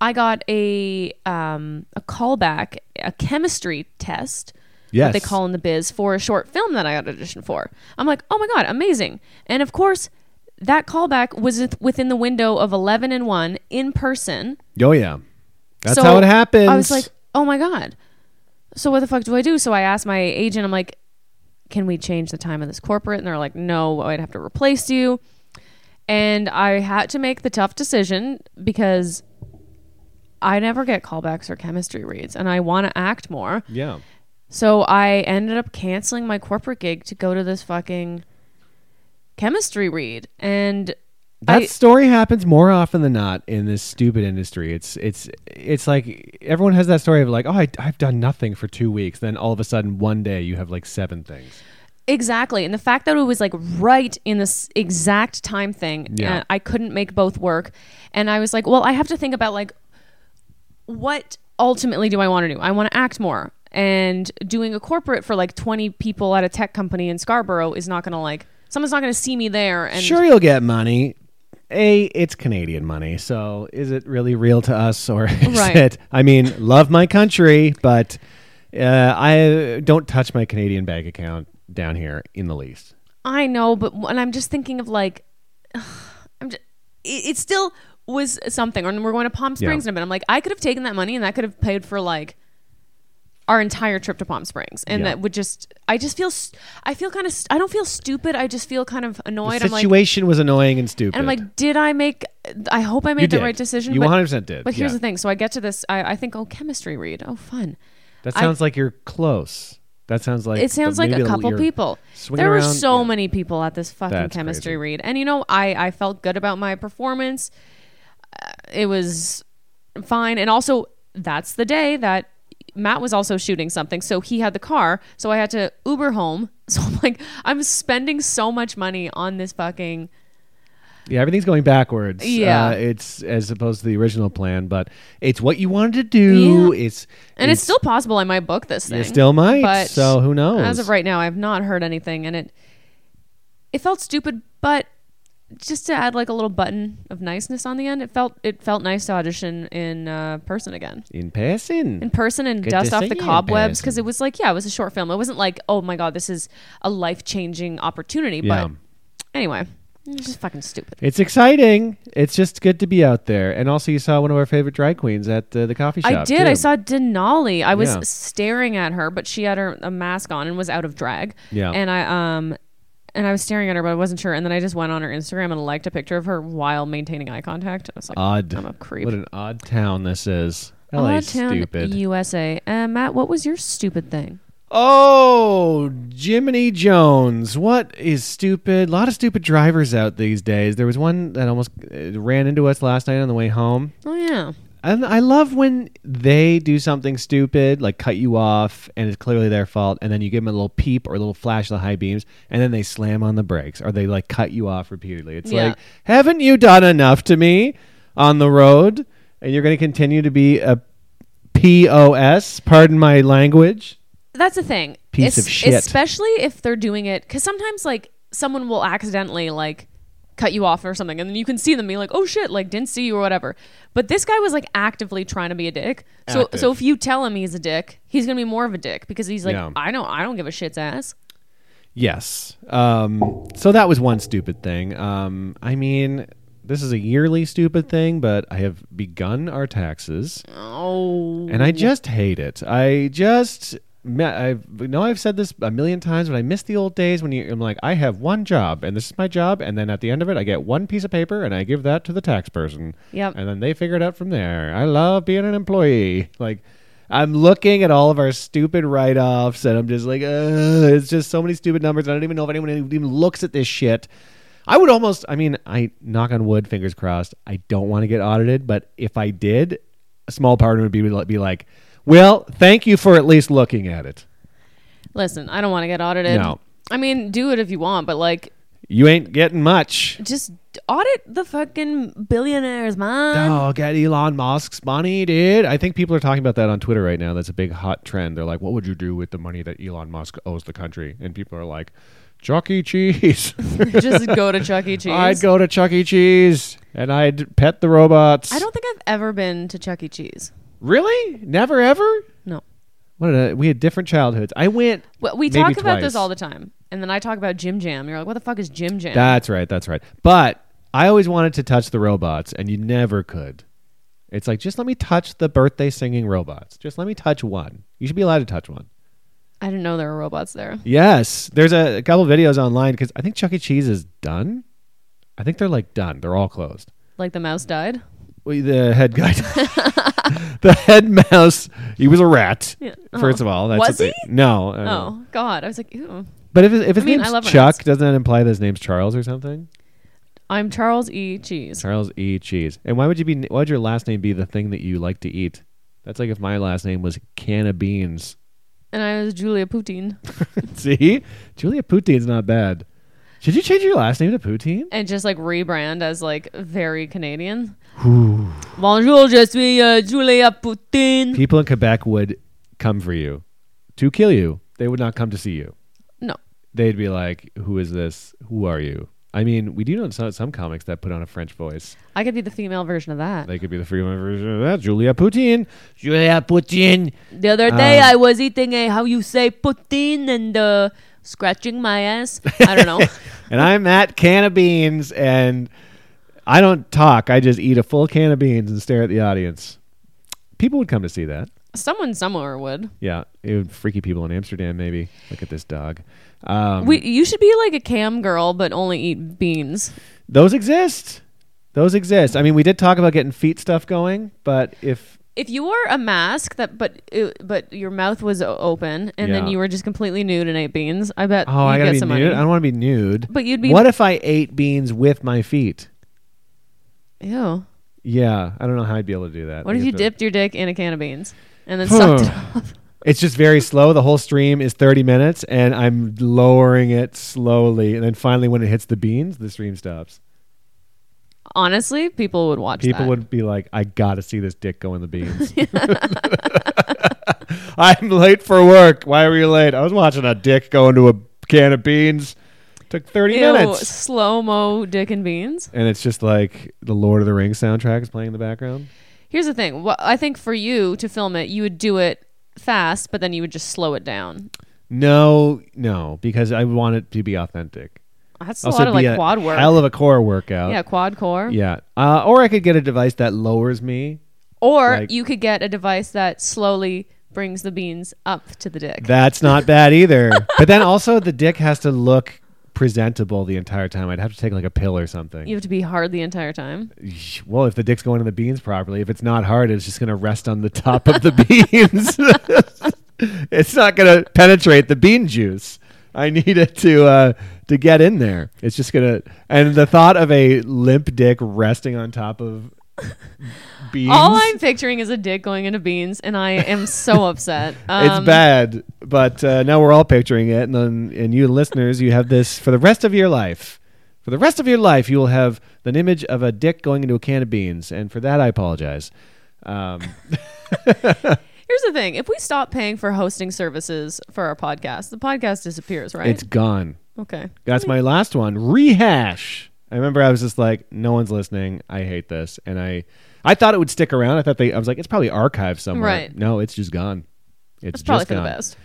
Speaker 3: I got a um, a callback, a chemistry test
Speaker 2: Yes.
Speaker 3: what they call in the biz for a short film that I got auditioned for. I'm like, oh my god, amazing! And of course, that callback was with- within the window of 11 and 1 in person.
Speaker 2: Oh yeah. That's
Speaker 3: So
Speaker 2: how it happens.
Speaker 3: I was like, oh my god. So what the fuck do I do? So I asked my agent. I'm like, can we change the time of this corporate? And they're like, no, I'd have to replace you. And I had to make the tough decision because I never get callbacks or chemistry reads, and I want to act more.
Speaker 2: yeah.
Speaker 3: So I ended up canceling my corporate gig to go to this fucking chemistry read. And
Speaker 2: That
Speaker 3: I,
Speaker 2: story happens more often than not in this stupid industry. It's it's it's like everyone has that story of like, oh, I, I've done nothing for two weeks. Then all of a sudden, one day, you have like seven things.
Speaker 3: exactly. And the fact that it was like right in this exact time thing,
Speaker 2: Yeah.
Speaker 3: and I couldn't make both work. And I was like, well, I have to think about like what ultimately do I want to do? I want to act more. And doing a corporate for like 20 people at a tech company in Scarborough is not going to like, someone's not going to see me there. And
Speaker 2: sure, you'll get money. A, it's Canadian money, so is it really real to us, or is
Speaker 3: Right.
Speaker 2: it? I mean, love my country, but uh, I don't touch my Canadian bank account down here in the least.
Speaker 3: I know, but and I'm just thinking of like, I'm just, it, it still was something. And we're going to Palm
Speaker 2: Yeah.
Speaker 3: Springs in a minute. I'm like, I could have taken that money and that could have paid for like our entire trip to Palm Springs, and
Speaker 2: Yeah.
Speaker 3: that would just. I just feel, s- I feel kind of, I don't feel stupid. Oh, I just feel kind of
Speaker 2: The
Speaker 3: annoyed. I'm like, and
Speaker 2: situation was annoying and stupid.
Speaker 3: I'm like, did I make? I hope I made
Speaker 2: You
Speaker 3: the
Speaker 2: did.
Speaker 3: right decision.
Speaker 2: You
Speaker 3: but-
Speaker 2: 100% did,
Speaker 3: But here's
Speaker 2: yeah.
Speaker 3: the thing. So I get to this. I, I think, oh, chemistry read. Oh, fun.
Speaker 2: that
Speaker 3: I-
Speaker 2: sounds like you're close. That sounds like
Speaker 3: it sounds like
Speaker 2: maybe
Speaker 3: a couple
Speaker 2: you're-
Speaker 3: people.
Speaker 2: swing
Speaker 3: There were
Speaker 2: around-
Speaker 3: so
Speaker 2: yeah.
Speaker 3: many people at this fucking
Speaker 2: That's
Speaker 3: chemistry
Speaker 2: crazy.
Speaker 3: read, and you know, I I felt good about my performance. Uh, it was fine, and also that's the day that Matt was also shooting something, so he had the car, so I had to Uber home. So I'm like, I'm spending so much money on this fucking.
Speaker 2: Yeah, everything's going backwards.
Speaker 3: Yeah.
Speaker 2: uh, it's as opposed to the original plan, but it's what you wanted to do.
Speaker 3: Yeah.
Speaker 2: It's
Speaker 3: And it's, still possible I might book this thing.
Speaker 2: you still might.
Speaker 3: but
Speaker 2: so who knows?
Speaker 3: As of right now, I've not heard anything, and it it felt stupid, but just to add like a little button of niceness on the end, it felt it felt nice to audition in uh, person again,
Speaker 2: in passing.
Speaker 3: in person, and
Speaker 2: Good
Speaker 3: dust
Speaker 2: to
Speaker 3: off
Speaker 2: see
Speaker 3: the
Speaker 2: you in
Speaker 3: cobwebs because
Speaker 2: person.
Speaker 3: it was like yeah, it was a short film. It wasn't like oh my god, this is a life changing opportunity.
Speaker 2: Yeah.
Speaker 3: But anyway, it's just fucking stupid.
Speaker 2: It's exciting. It's just good to be out there. And also, you saw one of our favorite drag queens at uh, the coffee shop.
Speaker 3: I did.
Speaker 2: too.
Speaker 3: I saw Denali. I was
Speaker 2: Yeah.
Speaker 3: staring at her, but she had her a mask on and was out of drag.
Speaker 2: Yeah.
Speaker 3: And I um and I was staring at her, but I wasn't sure. And then I just went on her Instagram and liked a picture of her while maintaining eye contact. I was like,
Speaker 2: Odd.
Speaker 3: I'm a creep.
Speaker 2: What an odd town this is. LA
Speaker 3: Odd
Speaker 2: is
Speaker 3: Town,
Speaker 2: stupid.
Speaker 3: USA. Uh, Matt, what was your stupid thing?
Speaker 2: Oh, Jiminy Jones. What is stupid? A lot of stupid drivers out these days. There was one that almost uh, ran into us last night on the way home.
Speaker 3: Oh yeah.
Speaker 2: And I love when they do something stupid, like cut you off, and it's clearly their fault. And then you give them a little peep or a little flash of the high beams, and then they slam on the brakes or they like cut you off repeatedly. It's
Speaker 3: Yeah.
Speaker 2: like, haven't you done enough to me on the road? And you're going to continue to be a POS, pardon my language.
Speaker 3: That's the thing.
Speaker 2: Piece
Speaker 3: Es-
Speaker 2: of shit.
Speaker 3: Especially if they're doing it, because sometimes like someone will accidentally like cut you off or something, and then you can see them be like, "Oh shit!" Like didn't see you or whatever. But this guy was like actively trying to be a dick. So
Speaker 2: Active.
Speaker 3: so if you tell him he's a dick, he's gonna be more of a dick because he's like,
Speaker 2: Yeah.
Speaker 3: "I don't I don't give a shit's ass."
Speaker 2: Yes. Um, so that was one stupid thing. Um, I mean, this is a yearly stupid thing, but I have begun our taxes.
Speaker 3: Oh.
Speaker 2: and I just hate it. I just Ma- I know I've said this a million times, but I miss the old days when you, I'm like, I have one job and this is my job, and then at the end of it, I get one piece of paper and I give that to the tax person.
Speaker 3: Yep.
Speaker 2: And then they figure it out from there. I love being an employee. Like, I'm looking at all of our stupid write offs and I'm just like, Ugh, it's just so many stupid numbers. And I don't even know if anyone even looks at this shit. I would almost, I mean, I knock on wood, fingers crossed. I don't want to get audited, but if I did, a small part of me would be, be like, well, thank you for at least looking at it.
Speaker 3: Listen, I don't want to get audited.
Speaker 2: No.
Speaker 3: I mean, do it if you want, but like,
Speaker 2: You ain't getting much.
Speaker 3: just audit the fucking billionaires, man.
Speaker 2: Oh, get Elon Musk's money, dude. I think people are talking about that on Twitter right now. That's a big hot trend. They're like, what would you do with the money that Elon Musk owes the country? And people are like, Chuck E. Cheese.
Speaker 3: just go to Chuck E. Cheese.
Speaker 2: I'd go to Chuck E. Cheese and I'd pet the robots.
Speaker 3: I don't think I've ever been to Chuck E. Cheese.
Speaker 2: really? Never ever?
Speaker 3: No.
Speaker 2: What did I, we had different childhoods. I went.
Speaker 3: We, we
Speaker 2: maybe
Speaker 3: talk about this
Speaker 2: twice.
Speaker 3: all the time. And then I talk about Jim Jam. You're like, what the fuck is Jim Jam?
Speaker 2: That's right. That's right. But I always wanted to touch the robots, and you never could. It's like just let me touch the birthday singing robots. Just let me touch one. You should be allowed to touch one.
Speaker 3: I didn't know there were robots there.
Speaker 2: Yes, there's a, a couple videos online because I think Chuck E. Cheese is done. I think they're like done. They're all closed.
Speaker 3: Like the mouse died.
Speaker 2: Well, the head guy, the head mouse. He was a rat.
Speaker 3: Yeah.
Speaker 2: First
Speaker 3: Oh.
Speaker 2: of all, that's
Speaker 3: Was
Speaker 2: what they-
Speaker 3: he?
Speaker 2: No. I don't know.
Speaker 3: Oh God! I was like, Ew.
Speaker 2: But if his, if his
Speaker 3: I mean, I
Speaker 2: name's
Speaker 3: love
Speaker 2: Chuck,
Speaker 3: rats.
Speaker 2: doesn't that imply that his name's Charles or something?
Speaker 3: I'm Charles E. Cheese.
Speaker 2: Charles E. Cheese. And why would you be? Why would your last name be the thing that you like to eat? That's like if my last name was can of beans.
Speaker 3: And I was Julia Poutine.
Speaker 2: See, Julia Poutine's not bad. Should you change your last name to Poutine?
Speaker 3: and just like rebrand as like very Canadian. Bonjour, je suis uh, Julia Poutine.
Speaker 2: People in Quebec would come for you to kill you. They would not come to see you.
Speaker 3: no.
Speaker 2: They'd be like, "Who is this? Who are you?" I mean, we do know some, some comics that put on a French voice.
Speaker 3: I could be the female version of that.
Speaker 2: They could be the freedom version of that. Julia Poutine. Julia Poutine.
Speaker 3: The other
Speaker 2: uh,
Speaker 3: day, I was eating a how you say poutine and uh, scratching my ass. I don't know.
Speaker 2: and I'm at can of beans, and I don't talk. I just eat a full can of beans and stare at the audience. People would come to see that.
Speaker 3: Someone somewhere would.
Speaker 2: Yeah, it would freaky people in Amsterdam maybe. Look at this dog. Um,
Speaker 3: We, you should be like a cam girl, but only eat beans.
Speaker 2: those exist. Those exist. I mean, we did talk about getting feet stuff going, but if
Speaker 3: If you wore a mask that, but it, but your mouth was o- open, and then
Speaker 2: Yeah.
Speaker 3: you were just completely nude and ate beans, I bet.
Speaker 2: oh, I gotta
Speaker 3: you'd get
Speaker 2: be nude.
Speaker 3: some money.
Speaker 2: I don't want to be nude.
Speaker 3: But you'd be-
Speaker 2: What if I ate beans with my feet?
Speaker 3: Ew.
Speaker 2: Yeah, I don't know how I'd be able to do that.
Speaker 3: What
Speaker 2: I
Speaker 3: if you
Speaker 2: guess the-
Speaker 3: dipped your dick in a can of beans and then sucked it
Speaker 2: Huh.
Speaker 3: off?
Speaker 2: It's just very slow. The whole stream is 30 minutes, and I'm lowering it slowly. And then finally, when it hits the beans, the stream stops.
Speaker 3: Honestly, people would watch
Speaker 2: People
Speaker 3: that.
Speaker 2: would be like, I got to see this dick go in the beans. I'm late for work. Why were you late? I was watching a dick go into a can of beans. Took 30
Speaker 3: Ew,
Speaker 2: minutes.
Speaker 3: slow mo dick and beans.
Speaker 2: And it's just like the Lord of the Rings soundtrack is playing in the background.
Speaker 3: Here's the thing. Wha I think for you to film it, you would do it fast, but then you would just slow it down.
Speaker 2: No, no, because I want it to be authentic.
Speaker 3: That's a lot of like
Speaker 2: be a
Speaker 3: quad work.
Speaker 2: hell of a core workout.
Speaker 3: yeah, quad core.
Speaker 2: Yeah. Uh, or I could get a device that lowers me.
Speaker 3: Or
Speaker 2: Like-
Speaker 3: you could get a device that slowly brings the beans up to the dick.
Speaker 2: That's not bad either. but then also the dick has to look presentable the entire time. I'd have to take like a pill or something.
Speaker 3: you have to be hard the entire time.
Speaker 2: well, if the dick's going in the beans properly, if it's not hard, it's just going to rest on the top of the beans. it's not going to penetrate the bean juice. I need it to uh, to get in there. It's just going to and the thought of a limp dick resting on top of beans.
Speaker 3: All I'm picturing is a dick going into beans, and I am so upset. Um,
Speaker 2: it's bad, but uh, now we're all picturing it, and then, and you listeners, you have this for the rest of your life. For the rest of your life, you will have an image of a dick going into a can of beans, and for that, I apologize. Um,
Speaker 3: Here's the thing: if we stop paying for hosting services for our podcast, the podcast disappears, right?
Speaker 2: It's gone.
Speaker 3: okay.
Speaker 2: That's my last one. Rehash. I remember I was just like, no one's listening. I hate this, and I, I thought it would stick around. I thought they. I was like, it's probably archived somewhere.
Speaker 3: Right.
Speaker 2: No, it's just gone. It's,
Speaker 3: It's probably
Speaker 2: just
Speaker 3: for the
Speaker 2: gone.
Speaker 3: best.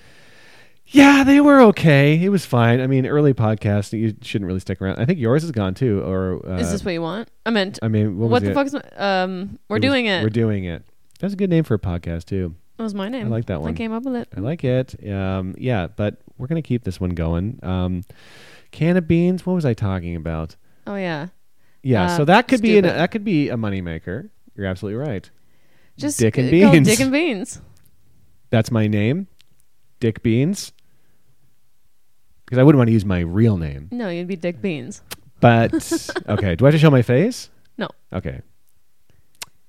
Speaker 2: Yeah, they were okay. It was fine. I mean, early podcast, you shouldn't really stick around. I think yours is gone too. Or uh,
Speaker 3: Is this what you want? I meant.
Speaker 2: I mean, what,
Speaker 3: what,
Speaker 2: was
Speaker 3: the
Speaker 2: it?
Speaker 3: fuck's my, um? We're
Speaker 2: It was-
Speaker 3: doing it.
Speaker 2: We're doing it. That's a good name for a podcast too.
Speaker 3: That was my name.
Speaker 2: I like that one.
Speaker 3: I came up with it.
Speaker 2: I like it. Um, yeah, but we're gonna keep this one going. Um, can of beans. What was I talking about?
Speaker 3: Oh yeah.
Speaker 2: Yeah,
Speaker 3: Uh,
Speaker 2: so that could be an,
Speaker 3: stupid.
Speaker 2: that could be a moneymaker. You're absolutely right.
Speaker 3: Just
Speaker 2: Dick and
Speaker 3: go
Speaker 2: Beans.
Speaker 3: Dick and beans.
Speaker 2: That's my name, Dick Beans, because I wouldn't want to use my real name.
Speaker 3: No, you'd be Dick Beans.
Speaker 2: But okay, do I have to show my face?
Speaker 3: No.
Speaker 2: Okay.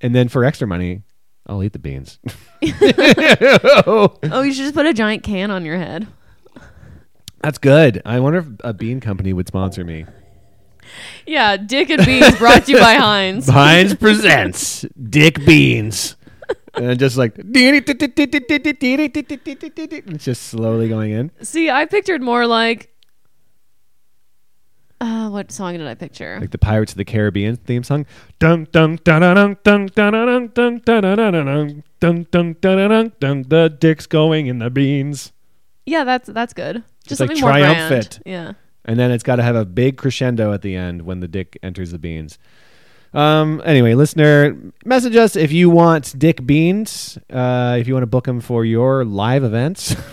Speaker 2: And then for extra money, I'll eat the beans.
Speaker 3: Oh, you should just put a giant can on your head.
Speaker 2: That's good. I wonder if a bean company would sponsor me.
Speaker 3: Yeah, Dick and Beans brought to you by Heinz.
Speaker 2: Heinz presents Dick Beans. And just like it's just slowly going in.
Speaker 3: See, I pictured more like. Uh, what song did I picture?
Speaker 2: Like the Pirates of the Caribbean theme song. Dun dun dun dun dun dun dun dun dun dun dun dun dun dun dun dun dun the dick's going in the beans.
Speaker 3: yeah, that's that's good. Just
Speaker 2: like
Speaker 3: something more
Speaker 2: triumphant.
Speaker 3: grand. Yeah.
Speaker 2: And then it's gotta have a big crescendo at the end when the dick enters the beans. Um anyway, listener, message us if you want Dick Beans, uh if you want to book him for your live events.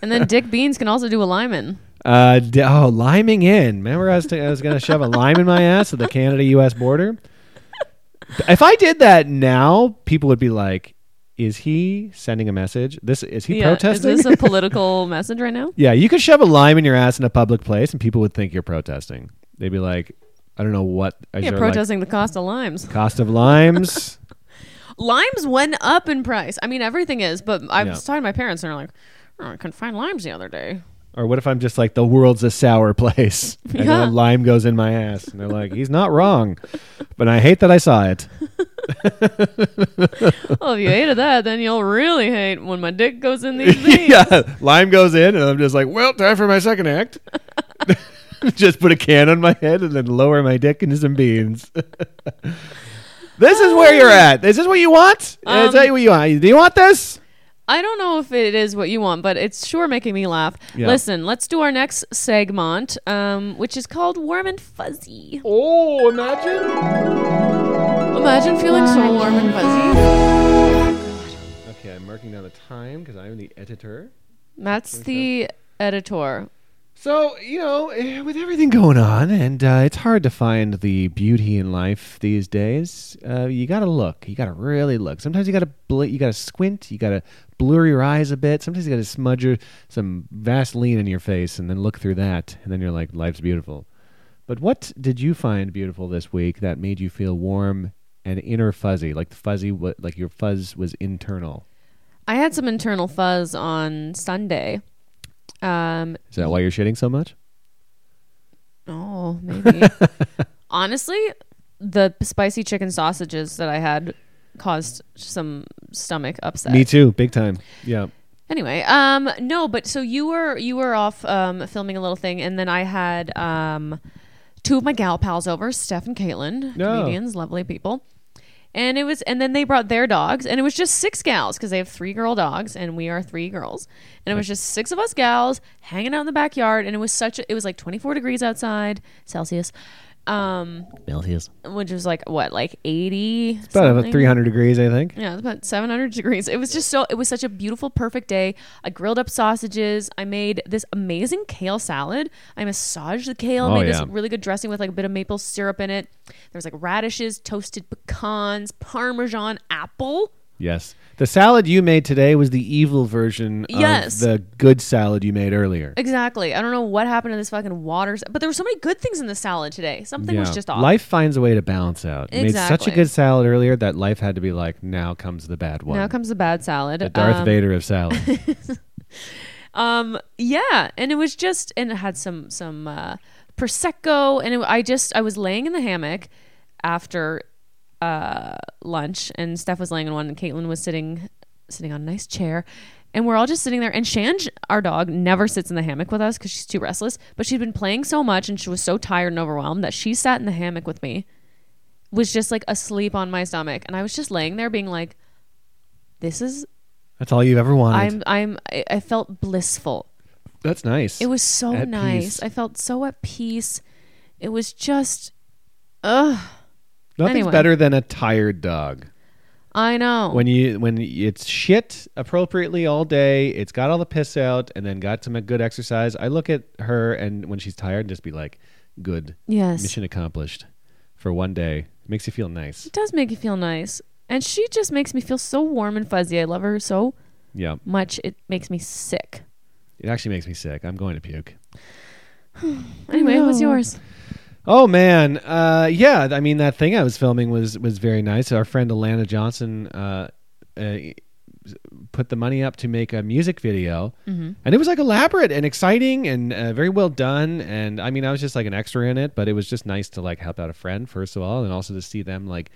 Speaker 3: And then Dick Beans can also do a lineman.
Speaker 2: Uh, d- oh, liming in. Remember, I was, t- I was gonna shove a lime in my ass at the Canada-U.S. border. If I did that now, people would be like, "Is he sending a message? This is he
Speaker 3: yeah.
Speaker 2: protesting?"
Speaker 3: Is this a political message right now?
Speaker 2: yeah, you could shove a lime in your ass in a public place, and people would think you're protesting. They'd be like, "I don't know what." Is
Speaker 3: Yeah,
Speaker 2: there, like,
Speaker 3: protesting the cost of limes.
Speaker 2: cost of limes.
Speaker 3: Limes went up in price. I mean, everything is, but I
Speaker 2: Yeah.
Speaker 3: was talking to my parents and they're like, oh, I couldn't find limes the other day.
Speaker 2: Or what if I'm just like the world's a sour place and
Speaker 3: Yeah.
Speaker 2: a lime goes in my ass and they're like he's not wrong, but I hate that I saw it.
Speaker 3: oh, if you hated that, then you'll really hate when my dick goes in these beans.
Speaker 2: yeah, lime goes in, and I'm just like, well, time for my second act. just put a can on my head and then lower my dick into some beans. this is where you're at. Is this what you want? I'll
Speaker 3: Um,
Speaker 2: tell you what you want. Do you want this?
Speaker 3: I don't know if it is what you want, but it's sure making me laugh.
Speaker 2: Yeah.
Speaker 3: Listen, let's do our next segment, um, which is called Warm and Fuzzy.
Speaker 2: Oh, imagine.
Speaker 3: Imagine feeling so warm and fuzzy.
Speaker 2: Okay, I'm marking down the time because I'm the editor.
Speaker 3: That's the editor.
Speaker 2: So, you know, eh, with everything going on, and uh, it's hard to find the beauty in life these days, uh, you got to look. You got to really look. Sometimes you got to bl- you got to squint, you got to blur your eyes a bit. Sometimes you got to smudge your, some Vaseline in your face and then look through that, and then you're like life's beautiful. But what did you find beautiful this week that made you feel warm and inner fuzzy, like the fuzzy wa- like your fuzz was internal?
Speaker 3: I had some internal fuzz on Sunday. Um,
Speaker 2: Is that why you're shitting so much?
Speaker 3: oh, maybe. Honestly, the spicy chicken sausages that I had caused some stomach upset.
Speaker 2: Me too, big time. Yeah.
Speaker 3: Anyway, um, no, but so you were you were off um, filming a little thing, and then I had um, two of my gal pals over, Steph and Caitlin,
Speaker 2: No.
Speaker 3: comedians, lovely people, and it was, and then they brought their dogs, and it was just six gals because they have three girl dogs, and we are three girls, and it was just six of us gals hanging out in the backyard, and it was such, a, it was like twenty four degrees outside Celsius, um,
Speaker 2: Celsius.
Speaker 3: which was like what, like eighty,
Speaker 2: About
Speaker 3: something?
Speaker 2: 300 degrees, I think.
Speaker 3: Yeah, it's about 700 degrees. It was just so, it was such a beautiful, perfect day. I grilled up sausages. I made this amazing kale salad. I massaged the kale,
Speaker 2: Oh,
Speaker 3: made this
Speaker 2: yeah.
Speaker 3: really good dressing with like a bit of maple syrup in it. There was like radishes, toasted pecans, parmesan, apple.
Speaker 2: Yes. The salad you made today was the evil version
Speaker 3: Yes.
Speaker 2: of the good salad you made earlier.
Speaker 3: Exactly. I don't know what happened to this fucking water, sa- but there were so many good things in the salad today. Something was
Speaker 2: Yeah.
Speaker 3: just off.
Speaker 2: Life finds a way to balance out. You Made such a
Speaker 3: Exactly.
Speaker 2: good salad earlier that life had to be like, now comes the bad one.
Speaker 3: now comes the bad salad.
Speaker 2: the Darth
Speaker 3: Um,
Speaker 2: Vader of salad.
Speaker 3: um yeah and it was just and it had some some uh prosecco and it, i just i was laying in the hammock after uh lunch and steph was laying in one and caitlin was sitting sitting on a nice chair and we're all just sitting there and shange our dog never sits in the hammock with us because she's too restless but she'd been playing so much and she was so tired and overwhelmed that she sat in the hammock with me was just like asleep on my stomach and i was just laying there being like this is
Speaker 2: That's all you've ever wanted.
Speaker 3: i'm i'm i, I felt blissful
Speaker 2: That's nice.
Speaker 3: it was so
Speaker 2: At
Speaker 3: nice.
Speaker 2: peace.
Speaker 3: I felt so at peace. It was just, ugh.
Speaker 2: Nothing's
Speaker 3: anyway.
Speaker 2: better than a tired dog.
Speaker 3: I know.
Speaker 2: When you when it's shit appropriately all day, it's got all the piss out, and then got some good exercise. I look at her and when she's tired, just be like, "Good,
Speaker 3: yes.
Speaker 2: mission accomplished for one day." Makes you feel nice.
Speaker 3: It does make you feel nice. And she just makes me feel so warm and fuzzy. I love her so
Speaker 2: Yeah,
Speaker 3: much. It makes me sick.
Speaker 2: it actually makes me sick. I'm going to puke.
Speaker 3: Anyway, what's yours?
Speaker 2: Oh man, uh, yeah. I mean, that thing I was filming was was very nice. Our friend Alana Johnson uh, uh, put the money up to make a music video, and it was like elaborate and exciting and uh, very well done. And I mean, I was just like an extra in it, but it was just nice to like help out a friend first of all, and also to see them like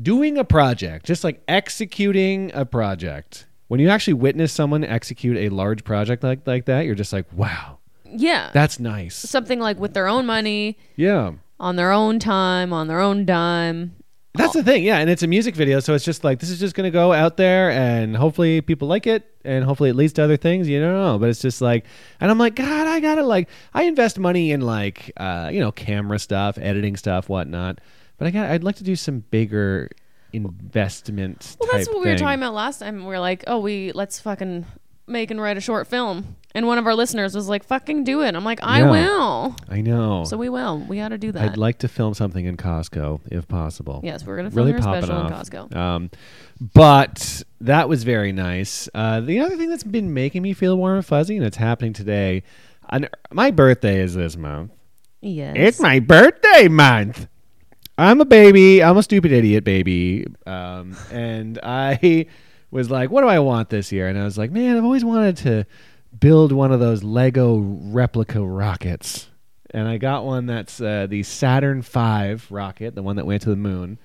Speaker 2: doing a project, just like executing a project. When you actually witness someone execute a large project like like that, you're just like, wow,
Speaker 3: Yeah.
Speaker 2: that's nice.
Speaker 3: Something like with their own money,
Speaker 2: Yeah.
Speaker 3: on their own time, on their own dime.
Speaker 2: That's the thing, yeah, and it's a music video, so it's just like this is just gonna go out there, and hopefully people like it, and hopefully it leads to other things. You don't know, but it's just like, and I'm like, God, I gotta like, I invest money in like, uh, you know, camera stuff, editing stuff, whatnot, but I got, I'd like to do some bigger investment.
Speaker 3: Well, that's
Speaker 2: type
Speaker 3: what we were
Speaker 2: thing.
Speaker 3: talking about last time. We were like, oh, we let's fucking make and write a short film. And one of our listeners was like, fucking do it. I'm like, I
Speaker 2: Yeah.
Speaker 3: will.
Speaker 2: I know.
Speaker 3: So we will. We ought to do that.
Speaker 2: I'd like to film something in Costco if possible.
Speaker 3: yes, we're going to film
Speaker 2: really
Speaker 3: your
Speaker 2: popping
Speaker 3: special in
Speaker 2: off.
Speaker 3: Costco.
Speaker 2: Um, but that was very nice. Uh, the other thing that's been making me feel warm and fuzzy, and it's happening today. On, my birthday is this month.
Speaker 3: Yes.
Speaker 2: It's my birthday month. I'm a baby. I'm a stupid idiot baby. Um, and I was like, what do I want this year? And I was like, man, I've always wanted to build one of those Lego replica rockets. And I got one that's uh, the Saturn V rocket, the one that went to the moon.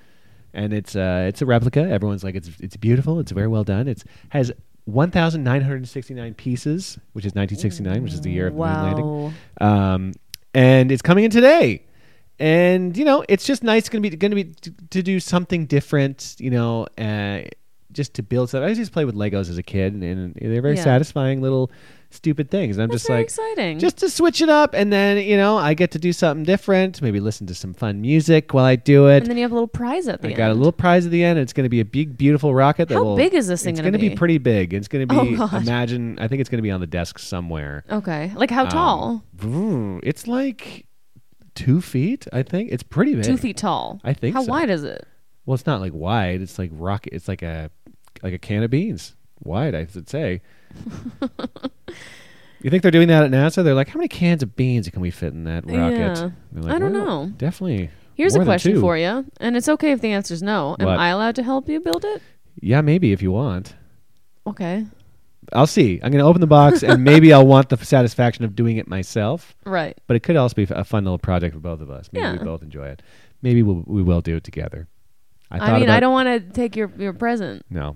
Speaker 2: And it's uh, it's a replica. Everyone's like, it's it's beautiful. It's very well done. It's has 1,969 pieces, which is 1969, which is the year of the moon landing
Speaker 3: wow.
Speaker 2: um, and it's coming in today. And you know, it's just nice. Going to be going to be to, to do something different. You know, uh, just to build stuff. I used to play with Legos as a kid, and, and they're very
Speaker 3: Yeah.
Speaker 2: satisfying little stupid things. And I'm
Speaker 3: That's
Speaker 2: just
Speaker 3: very
Speaker 2: like.
Speaker 3: exciting.
Speaker 2: Just to switch it up, and then you know I get to do something different. Maybe listen to some fun music while I do it.
Speaker 3: and then you have a little prize at the
Speaker 2: I
Speaker 3: end.
Speaker 2: got a little prize at the end. It's going to be a big, beautiful rocket. That
Speaker 3: How
Speaker 2: will,
Speaker 3: big is this thing
Speaker 2: It's
Speaker 3: gonna
Speaker 2: gonna be?
Speaker 3: be?
Speaker 2: pretty big. It's going to be.
Speaker 3: Oh, God.
Speaker 2: imagine. I think it's going to be on the desk somewhere.
Speaker 3: Okay. Like how
Speaker 2: Um,
Speaker 3: tall?
Speaker 2: Ooh, It's like two feet, I think. It's pretty big.
Speaker 3: Two feet tall.
Speaker 2: I think
Speaker 3: How
Speaker 2: so.
Speaker 3: wide is it?
Speaker 2: Well, it's not like wide. It's like rocket. It's like a like a can of beans wide. I should say. you think they're doing that at NASA? They're like, how many cans of beans can we fit in that rocket?
Speaker 3: Yeah.
Speaker 2: They're like,
Speaker 3: I don't
Speaker 2: "Well,
Speaker 3: know."
Speaker 2: Definitely.
Speaker 3: Here's
Speaker 2: more
Speaker 3: a
Speaker 2: than
Speaker 3: question
Speaker 2: two."
Speaker 3: for you, and it's okay if the answer's no. Am
Speaker 2: What?
Speaker 3: I allowed to help you build it?
Speaker 2: Yeah, maybe if you want.
Speaker 3: Okay.
Speaker 2: I'll see. I'm going to open the box and maybe I'll want the satisfaction of doing it myself.
Speaker 3: Right.
Speaker 2: But it could also be a fun little project for both of us. Maybe we
Speaker 3: Yeah.
Speaker 2: both enjoy it. Maybe we'll, we will do it together.
Speaker 3: I,
Speaker 2: thought
Speaker 3: mean, I
Speaker 2: about-
Speaker 3: don't want to take your, your present.
Speaker 2: No,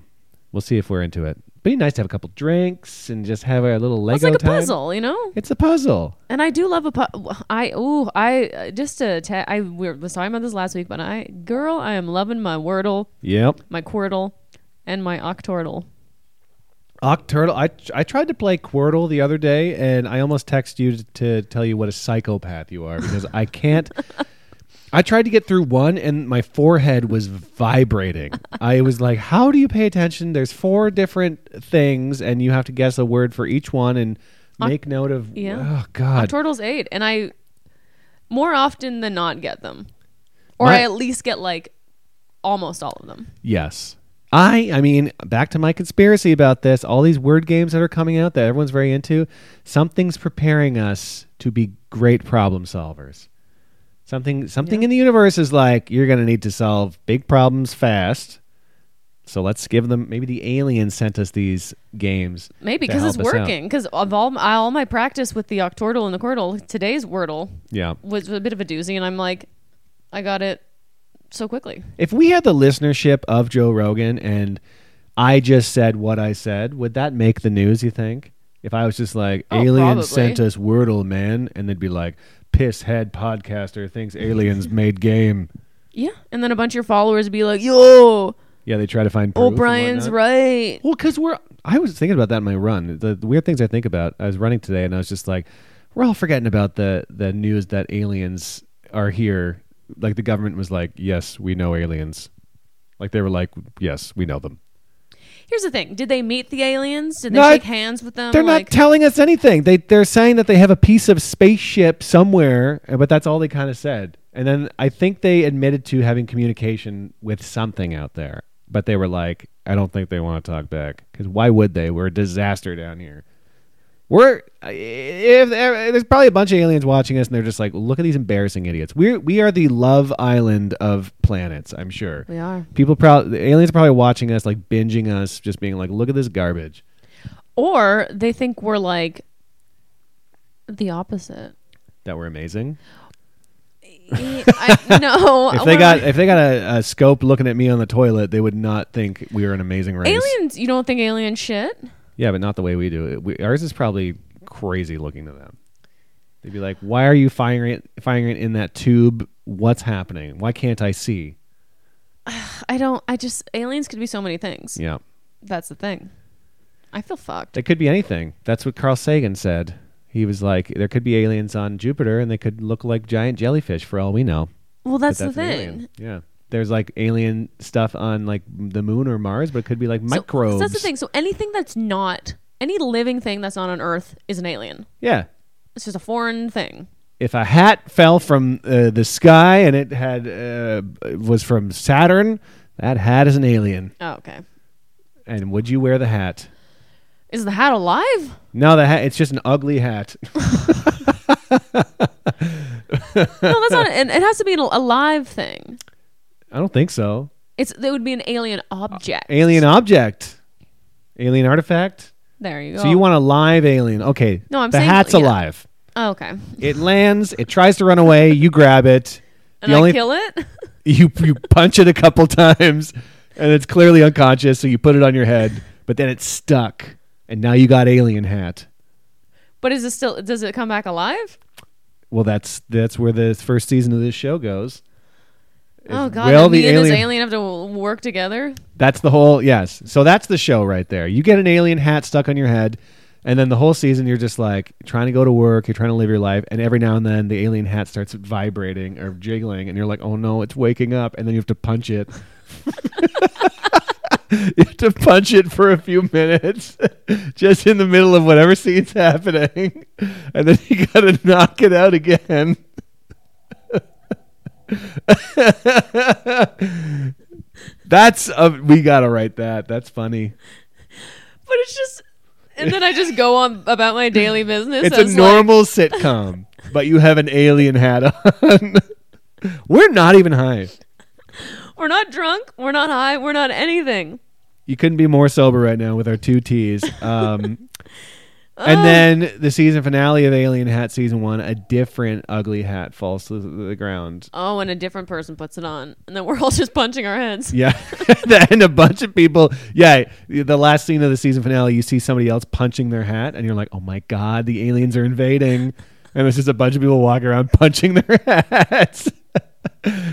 Speaker 2: we'll see if we're into it. Be nice to have a couple drinks and just have our little Lego
Speaker 3: it's like a
Speaker 2: time.
Speaker 3: puzzle, you know?
Speaker 2: It's a puzzle.
Speaker 3: And I do love a pu- I ooh I uh, just to ta- I we were- was talking about this last week, but I girl I am loving my Wordle,
Speaker 2: Yep.
Speaker 3: my Quirtle, and my Octortle.
Speaker 2: Octurtle. I I tried to play Quirtle the other day, and I almost texted you to tell you what a psychopath you are because I can't. I tried to get through one, and my forehead was vibrating. I was like, "How do you pay attention? There's four different things, and you have to guess a word for each one and make note of."
Speaker 3: yeah.
Speaker 2: Oh God.
Speaker 3: Turtles eight, and I more often than not get them, or
Speaker 2: My-
Speaker 3: I at least get like almost all of them.
Speaker 2: Yes. I I mean, back to my conspiracy about this, all these word games that are coming out that everyone's very into, something's preparing us to be great problem solvers. Something something in the universe is like you're going to need to solve big problems fast. So let's give them maybe the aliens sent us these games.
Speaker 3: Maybe
Speaker 2: to
Speaker 3: because it's
Speaker 2: help us out.
Speaker 3: working. Because of all all my practice with the Octortle and the Quirtle, today's Wordle
Speaker 2: Yeah.
Speaker 3: was a bit of a doozy, and I'm like, I got it so quickly.
Speaker 2: If we had the listenership of Joe Rogan and I just said what I said, would that make the news, you think? If I was just like,
Speaker 3: Oh,
Speaker 2: aliens
Speaker 3: probably.
Speaker 2: sent us Wordle, man, and they'd be like, piss head podcaster thinks aliens made game.
Speaker 3: Yeah, and then a bunch of your followers would be like, Yo,
Speaker 2: Yeah, they try to find proof and
Speaker 3: O'Brien's
Speaker 2: whatnot.
Speaker 3: right.
Speaker 2: Well, because we're. I was thinking about that in my run. The, the weird things I think about. I was running today, and I was just like, we're all forgetting about the the news that aliens are here. Like the government was like, yes, we know aliens. Like they were like, yes, we know them.
Speaker 3: Here's the thing: Did they meet the aliens? Did they
Speaker 2: No, I-
Speaker 3: shake hands with them?
Speaker 2: They're
Speaker 3: like,
Speaker 2: not telling us anything. They they're saying that they have a piece of spaceship somewhere, uh, but that's all they kind of said. And then I think they admitted to having communication with something out there, but they were like, I don't think they want to talk back because why would they? We're a disaster down here. We're uh, if uh, there's probably a bunch of aliens watching us, and they're just like, look at these embarrassing idiots. We we are the Love Island of planets. I'm sure
Speaker 3: we are.
Speaker 2: people probably the aliens are probably watching us, like binging us, just being like, look at this garbage.
Speaker 3: Or they think we're like the opposite.
Speaker 2: That were amazing.
Speaker 3: I, no,
Speaker 2: if they
Speaker 3: we're-
Speaker 2: got if they got a, a scope looking at me on the toilet, they would not think we were an amazing race.
Speaker 3: aliens, you don't think alien shit?
Speaker 2: Yeah, but not the way we do it. We, ours is probably crazy looking to them. They'd be like, "Why are you firing it? Firing it in that tube? What's happening? Why can't I see?"
Speaker 3: I don't. I just aliens could be so many things.
Speaker 2: Yeah,
Speaker 3: That's the thing. I feel fucked.
Speaker 2: it could be anything. That's what Carl Sagan said. He was like, "There could be aliens on Jupiter, and they could look like giant jellyfish for all we know."
Speaker 3: Well,
Speaker 2: But
Speaker 3: that's, the
Speaker 2: an
Speaker 3: thing.
Speaker 2: alien. Yeah. There's like alien stuff on like the moon or Mars, but it could be like
Speaker 3: So-
Speaker 2: microbes.
Speaker 3: So that's the thing. So anything that's not any living thing that's not on Earth is an alien.
Speaker 2: Yeah,
Speaker 3: It's just a foreign thing.
Speaker 2: if a hat fell from uh, the sky and it had uh, was from Saturn, that hat is an alien.
Speaker 3: Oh, okay.
Speaker 2: And would you wear the hat?
Speaker 3: Is the hat alive?
Speaker 2: No, the hat. It's just an ugly hat.
Speaker 3: No, that's not. It, it has to be an alive thing.
Speaker 2: I don't think so.
Speaker 3: It's it would be an alien object.
Speaker 2: Alien object, alien artifact.
Speaker 3: There you go.
Speaker 2: So you want a live alien? Okay.
Speaker 3: Oh. No, I'm
Speaker 2: the
Speaker 3: saying-
Speaker 2: hat's
Speaker 3: yeah.
Speaker 2: alive.
Speaker 3: Oh, okay.
Speaker 2: It lands. It tries to run away. You grab it.
Speaker 3: And
Speaker 2: the
Speaker 3: I
Speaker 2: only
Speaker 3: kill it.
Speaker 2: you you punch it a couple times, and it's clearly unconscious. So you put it on your head, but then it's stuck, and now you got alien hat.
Speaker 3: But is it still? Does it come back alive?
Speaker 2: Well, that's that's where the first season of this show goes.
Speaker 3: Oh God!
Speaker 2: Will
Speaker 3: and
Speaker 2: the
Speaker 3: me and this
Speaker 2: alien-
Speaker 3: alien have to work together.
Speaker 2: That's the whole yes. So that's the show right there. You get an alien hat stuck on your head, and then the whole season you're just like trying to go to work, you're trying to live your life, and every now and then the alien hat starts vibrating or jiggling, and you're like, oh no, it's waking up, and then you have to punch it. you have to punch it for a few minutes, just in the middle of whatever scene's happening, and then you gotta knock it out again. That's a, we gotta write that. That's funny.
Speaker 3: But it's just, and then I just go on about my daily business.
Speaker 2: It's
Speaker 3: I
Speaker 2: a
Speaker 3: was like-
Speaker 2: normal sitcom, but you have an alien hat on. We're not even high.
Speaker 3: We're not drunk. We're not high. We're not anything.
Speaker 2: You couldn't be more sober right now with our two T's. Um, and then the season finale of Alien Hat season one, a different ugly hat falls to the the ground.
Speaker 3: Oh, and a different person puts it on, and then we're all just punching our heads.
Speaker 2: Yeah, and a bunch of people. Yeah, the last scene of the season finale, you see somebody else punching their hat, and you're like, "Oh my god, the aliens are invading!" And it's just a bunch of people walking around punching their hats.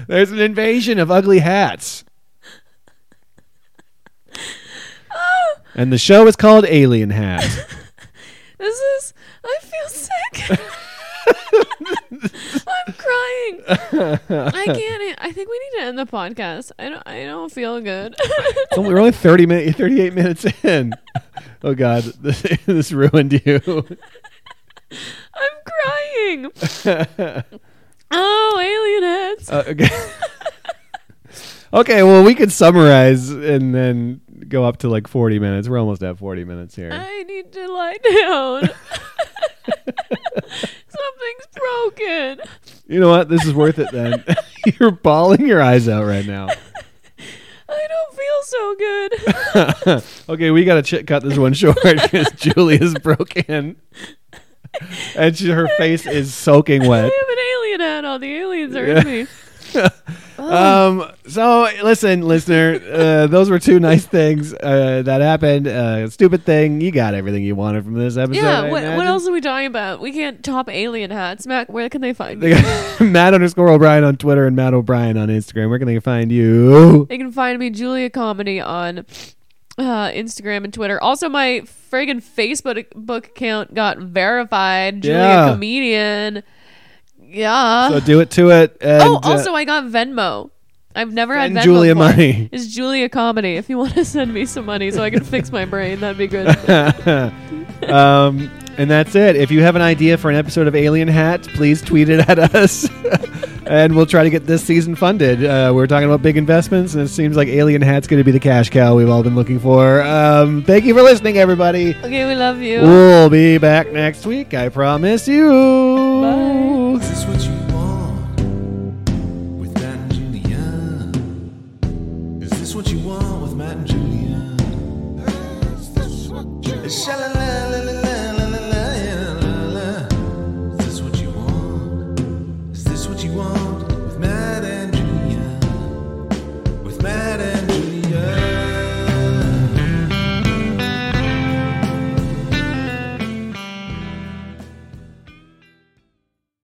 Speaker 2: There's an invasion of ugly hats. And the show is called Alien Hat.
Speaker 3: This is. I feel sick. I'm crying. I can't. e-, I think we need to end the podcast. I don't. I don't feel good.
Speaker 2: So we're only 30 minutes, 38 minutes in. Oh God, this, this ruined you.
Speaker 3: I'm crying. oh, alien heads.
Speaker 2: Uh, okay. okay, well, we could summarize and then go up to like 40 minutes. We're almost at 40 minutes here.
Speaker 3: I need to lie down. Something's broken.
Speaker 2: You know what? This is worth it then. You're bawling your eyes out right now.
Speaker 3: I don't feel so good.
Speaker 2: okay, we got to ch- cut this one short because Julia's broken. And she, her face is soaking
Speaker 3: I
Speaker 2: wet.
Speaker 3: have an alien head on. The aliens are in me. Oh.
Speaker 2: Um, so listen, listener, uh, those were two nice things uh, that happened. Uh, stupid thing, you got everything you wanted from this episode.
Speaker 3: Yeah,
Speaker 2: I
Speaker 3: what, what
Speaker 2: imagine.
Speaker 3: else are we talking about? We can't top alien hats. Mac, where can they find
Speaker 2: They
Speaker 3: you?
Speaker 2: got Matt underscore O'Brien on Twitter and Matt O'Brien on Instagram. Where can they find you?
Speaker 3: They can find me, Julia Comedy, on uh, Instagram and Twitter. Also, my friggin' Facebook book account got verified. Julia
Speaker 2: Yeah.
Speaker 3: Comedian. Yeah.
Speaker 2: So do it to it. And,
Speaker 3: oh,
Speaker 2: uh,
Speaker 3: also, I got Venmo. I've never had
Speaker 2: Send
Speaker 3: Venmo
Speaker 2: Julia
Speaker 3: before.
Speaker 2: money.
Speaker 3: It's Julia comedy. If you want to send me some money so I can fix my brain, that'd be good.
Speaker 2: um, and that's it. If you have an idea for an episode of Alien Hat, please tweet it at us, and we'll try to get this season funded. Uh, we're talking about big investments, and it seems like Alien Hat's going to be the cash cow we've all been looking for. Um, thank you for listening, everybody.
Speaker 3: Okay, we love you.
Speaker 2: We'll be back next week. I promise you.
Speaker 3: Bye.
Speaker 4: Is this what you want with Matt and Julia? Is this what you want with Matt and Julia? Is this what you want?